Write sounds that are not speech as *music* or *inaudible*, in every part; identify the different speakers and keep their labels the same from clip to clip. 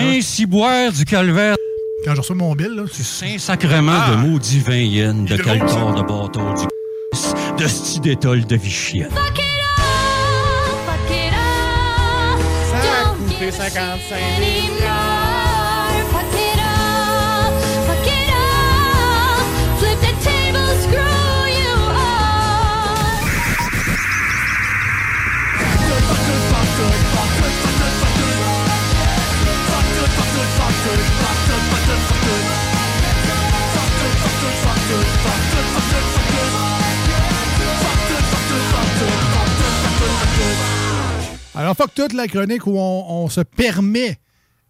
Speaker 1: Saint-Ciboire du Calvaire.
Speaker 2: Quand je reçois mon bill, là.
Speaker 1: Du Saint-Sacrement de maudit vingt yens, Ah. de
Speaker 2: Il est drôle,
Speaker 1: Caltor, de
Speaker 2: ça.
Speaker 1: bâton, du de sti d'étole de Vichienne.
Speaker 3: Fuck it up, fuck it up.
Speaker 4: Ça a
Speaker 3: Don't
Speaker 4: coûté
Speaker 3: give a shit
Speaker 4: 55
Speaker 3: anymore. Fuck it up, fuck it up. Flip the table, screw you all.
Speaker 2: Alors, fuck toute la chronique où on, on se permet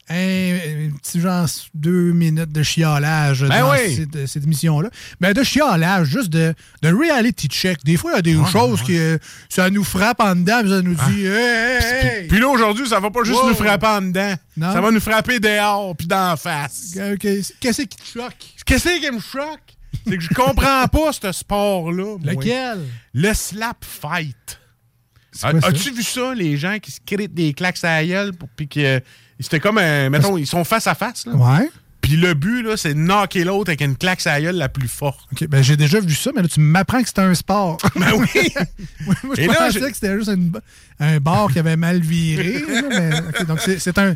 Speaker 2: un, un petit genre deux minutes de chiolage
Speaker 4: Ben
Speaker 2: dans
Speaker 4: oui.
Speaker 2: cette, cette émission-là. Mais de chiolage, juste de, de reality check. Des fois, il y a des choses qui euh, ça nous frappe en dedans, puis ça nous dit Hey, hey, hey!
Speaker 4: Puis là, aujourd'hui, ça va pas juste
Speaker 2: Wow.
Speaker 4: nous frapper en dedans.
Speaker 2: Non.
Speaker 4: Ça va nous frapper dehors, puis d'en face.
Speaker 2: Euh, qu'est- Qu'est-ce qui te choque?
Speaker 4: Qu'est-ce qui me choque? C'est que je comprends pas ce sport-là. moi.
Speaker 2: Lequel?
Speaker 4: Le slap fight.
Speaker 2: C'est
Speaker 4: A-
Speaker 2: quoi ça?
Speaker 4: As-tu vu ça, les gens qui se critent des claques à la gueule, pour- puis que. C'était comme un. Mettons, ils sont face à face, là.
Speaker 2: Ouais.
Speaker 4: Puis le but, là, c'est de knocker l'autre avec une claque à la gueule la plus forte.
Speaker 2: OK, ben j'ai déjà vu ça, mais là, tu m'apprends que c'était un
Speaker 4: *laughs*
Speaker 2: sport. Ben oui! *laughs* moi, je
Speaker 4: Et là,
Speaker 2: pensais
Speaker 4: j'ai-
Speaker 2: que c'était juste une- un bar qui avait mal viré. là, mais- OK, donc, c'est c'est un...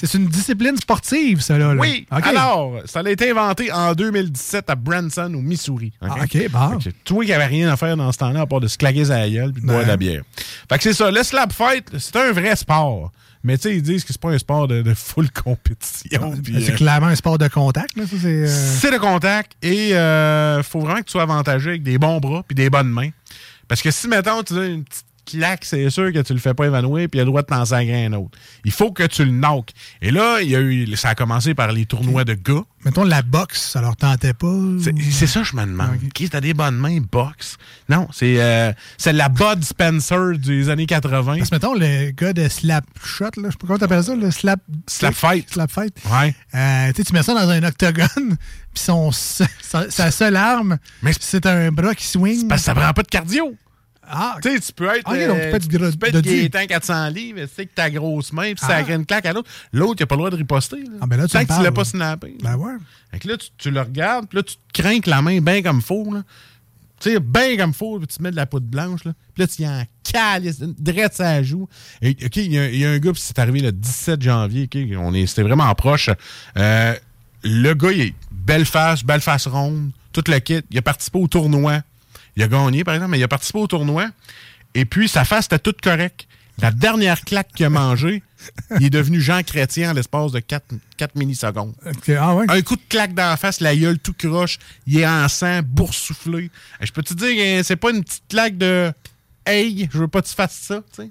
Speaker 2: C'est une discipline sportive, ça, là. là.
Speaker 4: Oui!
Speaker 2: OK.
Speaker 4: Alors, ça a été inventé en 2017 à Branson, au Missouri.
Speaker 2: Ah, OK, bah.
Speaker 4: Fait que Tout qu'il n'y avait rien à faire dans ce temps-là à part de se claquer sa gueule puis de boire de la bière. Fait que c'est ça, le slap fight, c'est un vrai sport. Mais tu sais, ils disent que c'est pas un sport de, de full compétition. puis,
Speaker 2: Ben, C'est
Speaker 4: euh,
Speaker 2: clairement un sport de contact, là, ça, c'est... euh,
Speaker 4: C'est le contact et euh, faut vraiment que tu sois avantagé avec des bons bras puis des bonnes mains. Parce que si, mettons, tu as une petite claque, c'est sûr que tu le fais pas évanouir puis il a le droit de t'en sangrer un autre. Il faut que tu le knock. Et là, il y a eu, ça a commencé par les tournois de gars.
Speaker 2: Mettons, la boxe, ça leur tentait pas.
Speaker 4: C'est c'est ça que je me demande. Qui t'as des bonnes mains, boxe? Non, c'est euh, c'est la Bud Spencer des années 80.
Speaker 2: Parce que, mettons, le gars de slap shot, là, je sais pas comment t'appelles ça, le slap...
Speaker 4: Slap fight.
Speaker 2: Slap fight.
Speaker 4: Ouais.
Speaker 2: Euh, tu sais, tu mets ça dans un octogone, *laughs* puis son, se- sa, sa seule arme,
Speaker 4: Mais-
Speaker 2: c'est un bras qui swing.
Speaker 4: Parce que ça prend pas de cardio.
Speaker 2: Ah,
Speaker 4: Tu sais, tu peux être. euh,
Speaker 2: Ok, donc tu peux être gros-
Speaker 4: tu peux
Speaker 2: de
Speaker 4: être
Speaker 2: Dieu.
Speaker 4: Gaétan 400 livres, tu sais que ta grosse main, puis ça
Speaker 2: Ah.
Speaker 4: crée une claque à l'autre. L'autre, il a pas le droit de riposter. Là.
Speaker 2: Ah, ben là, tu
Speaker 4: Tant
Speaker 2: me
Speaker 4: que tu
Speaker 2: parles.
Speaker 4: l'as pas snappé.
Speaker 2: Ben ouais.
Speaker 4: Fait que là, tu, tu le regardes, puis là, tu te crains que la main bien comme faux. là. Tu sais, bien comme faux, puis tu mets de la poudre blanche. Là. Puis là, tu y en calisses, une drette sa joue. Et, OK, il y, a- il y a un gars, puis c'est arrivé le 17 janvier. OK, on est, c'était vraiment proche. Euh, le gars, il est belle face, belle face ronde, tout le kit. Il a participé au tournoi. Il a gagné, par exemple, mais il a participé au tournoi. Et puis, sa face était toute correcte. La dernière claque qu'il a mangée, il est devenu Jean Chrétien en l'espace de 4, 4 millisecondes.
Speaker 2: Ok, Ah ouais.
Speaker 4: Un coup de claque dans la face, la gueule tout croche, il est en sang, boursouflé. Eh, Je peux te dire, que c'est pas une petite claque de Hey, je veux pas que tu fasses ça, tu sais.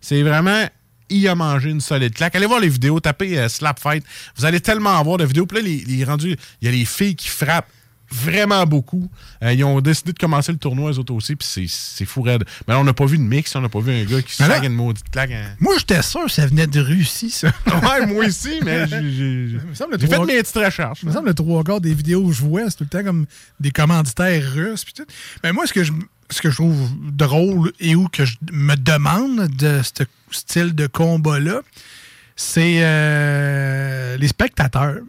Speaker 4: C'est vraiment il a mangé une solide claque. Allez voir les vidéos, tapez euh, Slap Fight. Vous allez tellement avoir de vidéos. Puis là, les, les rendus, il y a les filles qui frappent vraiment beaucoup. Euh, ils ont décidé de commencer le tournoi, eux autres aussi, puis c'est- c'est fou raide. Mais là, on n'a pas vu de mix, on n'a pas vu un gars qui se
Speaker 2: Mais là-
Speaker 4: claque une maudite claque. hein. en-
Speaker 2: Moi, j'étais sûr que ça venait de Russie, ça. *laughs*
Speaker 4: Ouais, moi aussi, mais j'ai- j'ai j'ai-
Speaker 2: me semble le
Speaker 4: j'ai fait
Speaker 2: trois-
Speaker 4: mes petites recherches.
Speaker 2: Il me semble le trois quarts des vidéos que je vois, c'est tout le temps comme des commanditaires russes. Pis tout. Mais moi, ce que, je, ce que je trouve drôle et où que je me demande de ce style de combat-là, c'est euh, les spectateurs.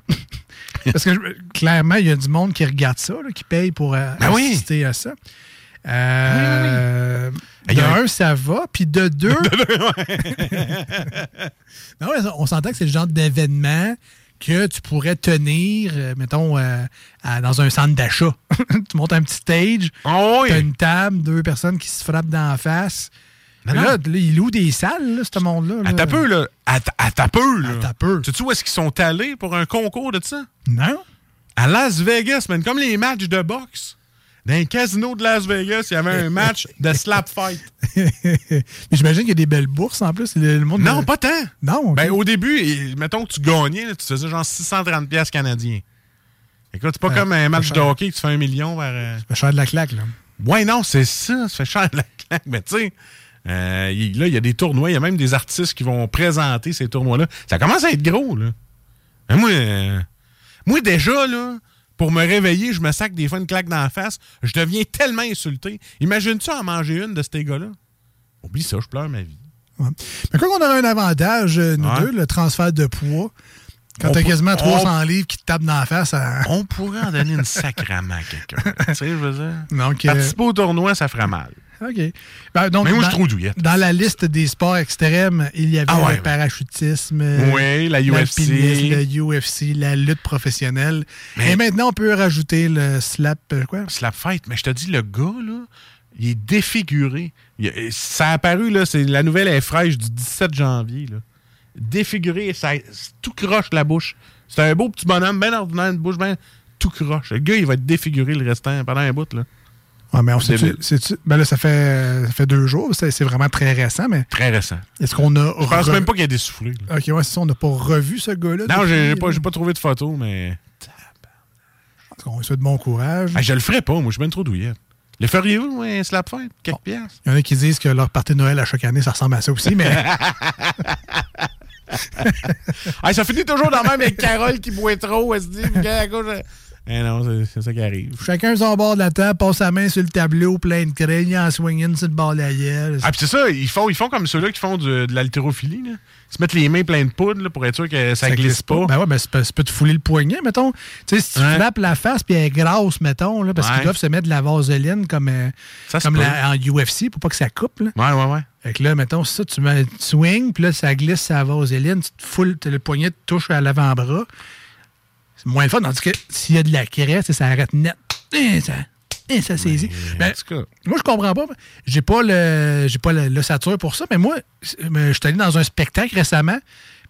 Speaker 2: *laughs* Parce que je- clairement, il y a du monde qui regarde ça, là, qui paye pour euh,
Speaker 4: Ben oui.
Speaker 2: assister à ça. Euh,
Speaker 4: Ah, Il
Speaker 2: De
Speaker 4: y a
Speaker 2: un, ça va. Puis de
Speaker 4: *laughs*
Speaker 2: deux. *laughs* Non, mais on s'entend que c'est le genre d'événement que tu pourrais tenir, euh, mettons, euh, à- dans un centre d'achat. *laughs* tu montes un petit stage,
Speaker 4: Oh, oui.
Speaker 2: t'as une table, deux personnes qui se frappent dans la face.
Speaker 4: Non,
Speaker 2: là, là, ils louent des salles, là, ce monde-là. là.
Speaker 4: À ta peu, là. À ta- à ta peu, là.
Speaker 2: Mm. À ta peu.
Speaker 4: Tu sais où est-ce qu'ils sont allés pour un concours de ça?
Speaker 2: Non? *laughs*
Speaker 4: À Las Vegas, man. Comme les matchs de boxe. Dans un casino de Las Vegas, il
Speaker 2: *laughs*
Speaker 4: y avait un match de slap fight.
Speaker 2: Mais j'imagine qu'il y a des belles bourses en plus. Le, le monde
Speaker 4: Non, pas tant.
Speaker 2: Non, ok.
Speaker 4: Ben, au début, il- mettons que tu gagnais, là, tu faisais genre 630 pièces canadiens. Écoute, c'est pas
Speaker 2: Ouais,
Speaker 4: comme un match
Speaker 2: pas
Speaker 4: de
Speaker 2: cher.
Speaker 4: hockey que tu fais un million vers... euh,
Speaker 2: Ça cher de la claque, là.
Speaker 4: Ouais, non, c'est ça. Ça fait cher *laughs* la claque. Mais tu sais, euh, il- là, il y a des tournois. Il y a même des artistes qui vont présenter ces tournois-là. Ça commence à être gros, là. Mais moi, euh, moi, déjà, là, pour me réveiller, je me sac des fois une claque dans la face. Je deviens tellement insulté. Imagine-tu en manger une de ces gars-là? Oublie ça, je pleure ma vie.
Speaker 2: Ouais. Mais quand on aurait un avantage, euh, nous
Speaker 4: Ouais.
Speaker 2: deux, le transfert de poids, quand
Speaker 4: On
Speaker 2: t'as
Speaker 4: peut-
Speaker 2: quasiment
Speaker 4: on-
Speaker 2: 300 livres qui te tapent dans la face, hein. à...
Speaker 4: On pourrait en donner une sacrament à quelqu'un. *laughs* tu sais, je veux dire.
Speaker 2: donc... euh,
Speaker 4: Participer au tournoi, ça fera mal.
Speaker 2: OK. Ben, donc,
Speaker 4: Mais moi,
Speaker 2: dans-
Speaker 4: je suis trop douillette.
Speaker 2: Dans la liste des sports extrêmes, il y avait
Speaker 4: Ah ouais,
Speaker 2: le
Speaker 4: ouais.
Speaker 2: parachutisme, euh,
Speaker 4: Oui, la
Speaker 2: l'alpinisme,
Speaker 4: UFC.
Speaker 2: le UFC, la lutte professionnelle.
Speaker 4: Mais-
Speaker 2: Et maintenant, on peut rajouter le slap, euh, quoi?
Speaker 4: Slap fight. Mais je te dis, le gars, là, il est défiguré. Il- euh, ça a apparu, là, c'est, la nouvelle est fraîche du 17 janvier. Là. Défiguré, ça, c'est tout croche la bouche. C'est un beau petit bonhomme, bien ordinaire, une bouche bien tout croche. Le gars, il va être défiguré le restant pendant un bout. Là.
Speaker 2: Ouais, mais on sait
Speaker 4: Débile.
Speaker 2: ben là, ça fait, euh, ça fait deux jours, c'est c'est vraiment très récent, mais
Speaker 4: Très récent.
Speaker 2: est-ce qu'on a...
Speaker 4: Je pense même pas qu'il a dessoufflé. là.
Speaker 2: OK, ouais, c'est ça, on n'a pas revu ce gars-là.
Speaker 4: Non, j'ai, j'ai
Speaker 2: depuis,
Speaker 4: pas,
Speaker 2: là.
Speaker 4: j'ai pas trouvé de photo, mais.
Speaker 2: Parce qu'on lui souhaite bon courage.
Speaker 4: Ah, je le ferais pas, moi, je suis bien trop douillette. Le feriez-vous, moi, un slap fight? Quelques piastres?
Speaker 2: Il y en a qui disent que leur partie de Noël à chaque année, ça ressemble à ça aussi,
Speaker 4: *laughs*
Speaker 2: mais
Speaker 4: Ah, ça finit toujours dans le même avec Carole qui boit trop. Elle se dit, *laughs* puis à gauche. elle- Eh non, c'est- c'est ça qui arrive.
Speaker 2: chacun son bord de la table, passe sa main sur le tableau, plein de craignes, en swinging sur le bord de la gueule.
Speaker 4: Ah, puis c'est ça, ils font, ils font comme ceux-là qui font du- de l'haltérophilie. là. Ils se mettent les mains pleines de poudre là, pour être sûr que ça, glisse pas.
Speaker 2: Ben ouais, ben, ça peut- ça peut te fouler le poignet, mettons. Tu sais, si tu
Speaker 4: Ouais.
Speaker 2: frappes la face puis elle est grasse, mettons, là, parce qu'ils
Speaker 4: Ouais.
Speaker 2: doivent se mettre de la vaseline comme, euh,
Speaker 4: Ça se
Speaker 2: comme
Speaker 4: peut.
Speaker 2: la- en UFC pour pas que ça coupe. Là.
Speaker 4: Ouais, ouais, ouais.
Speaker 2: Fait que là, mettons, ça, tu mets- tu swings, puis là, ça glisse sa vaseline, tu te foules, le poignet te touche à l'avant-bras. C'est moins le fun, tandis que s'il y a de la craie, c'est- ça arrête net. Et ça, et ça saisit.
Speaker 4: Mais
Speaker 2: Ben,
Speaker 4: en tout cas,
Speaker 2: moi, je comprends pas. J'ai pas le, j'ai pas l'ossature pour ça, mais moi, c'est- mais je suis allé dans un spectacle récemment.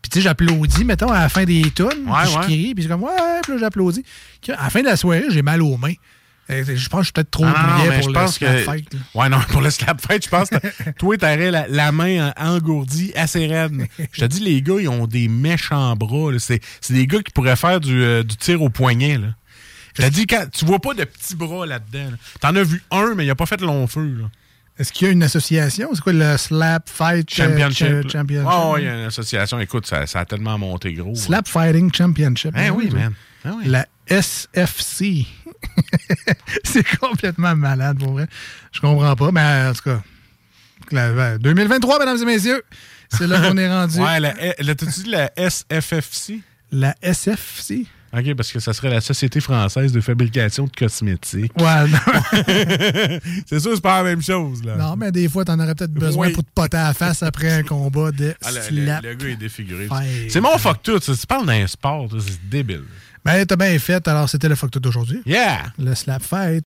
Speaker 2: Puis, tu sais, j'applaudis, mettons, à la fin des tunes.
Speaker 4: Ouais,
Speaker 2: puis je
Speaker 4: ouais.
Speaker 2: crie, puis c'est comme, ouais, puis là, j'applaudis. Puis À la fin de la soirée, j'ai mal aux mains. Euh, Je pense que je suis peut-être trop
Speaker 4: non, non, non,
Speaker 2: douillet
Speaker 4: mais
Speaker 2: pour
Speaker 4: je
Speaker 2: le
Speaker 4: pense que.
Speaker 2: la fête, là.
Speaker 4: Ouais, non, *laughs* pour le slap fight, je
Speaker 2: *laughs*
Speaker 4: pense que toi, t'aurais la, la main en- engourdie, assez raide. Je te dis, les gars, ils ont des méchants bras. là. C'est c'est des gars qui pourraient faire du, euh, du tir au poignet. Là. Je te dis, quand, tu vois pas de petits bras là-dedans. là. T'en as vu un, mais il a pas fait long feu. Là.
Speaker 2: Est-ce qu'il y a une association? C'est quoi le Slap Fight euh,
Speaker 4: Championship.
Speaker 2: ch-
Speaker 4: là.
Speaker 2: championship? hein.
Speaker 4: Ah, ouais, il y a une association. Écoute, ça, ça a tellement monté gros. là.
Speaker 2: Slap Fighting Championship.
Speaker 4: Eh oui, man. Eh oui.
Speaker 2: La SFC. *laughs* c'est complètement malade, pour vrai. Je comprends pas, mais euh, en tout cas. la- 2023, mesdames et messieurs, c'est là qu'on est rendu.
Speaker 4: *laughs* Ouais, la, la- t'as-tu dit la SFFC?
Speaker 2: La SFC?
Speaker 4: OK, parce que ça serait la Société française de fabrication de cosmétiques.
Speaker 2: Ouais, non,
Speaker 4: C'est sûr, c'est pas la même chose, là.
Speaker 2: non, mais des fois, t'en aurais peut-être besoin
Speaker 4: Oui.
Speaker 2: pour te poter à la face après un combat de
Speaker 4: Ah, le, le-
Speaker 2: slap.
Speaker 4: le gars est défiguré.
Speaker 2: Fight.
Speaker 4: C'est mon fuck tout. ça. Tu parles d'un sport, ça, c'est débile.
Speaker 2: Ben, t'as bien fait, alors c'était le fuck tout d'aujourd'hui.
Speaker 4: Yeah!
Speaker 2: Le slap fight.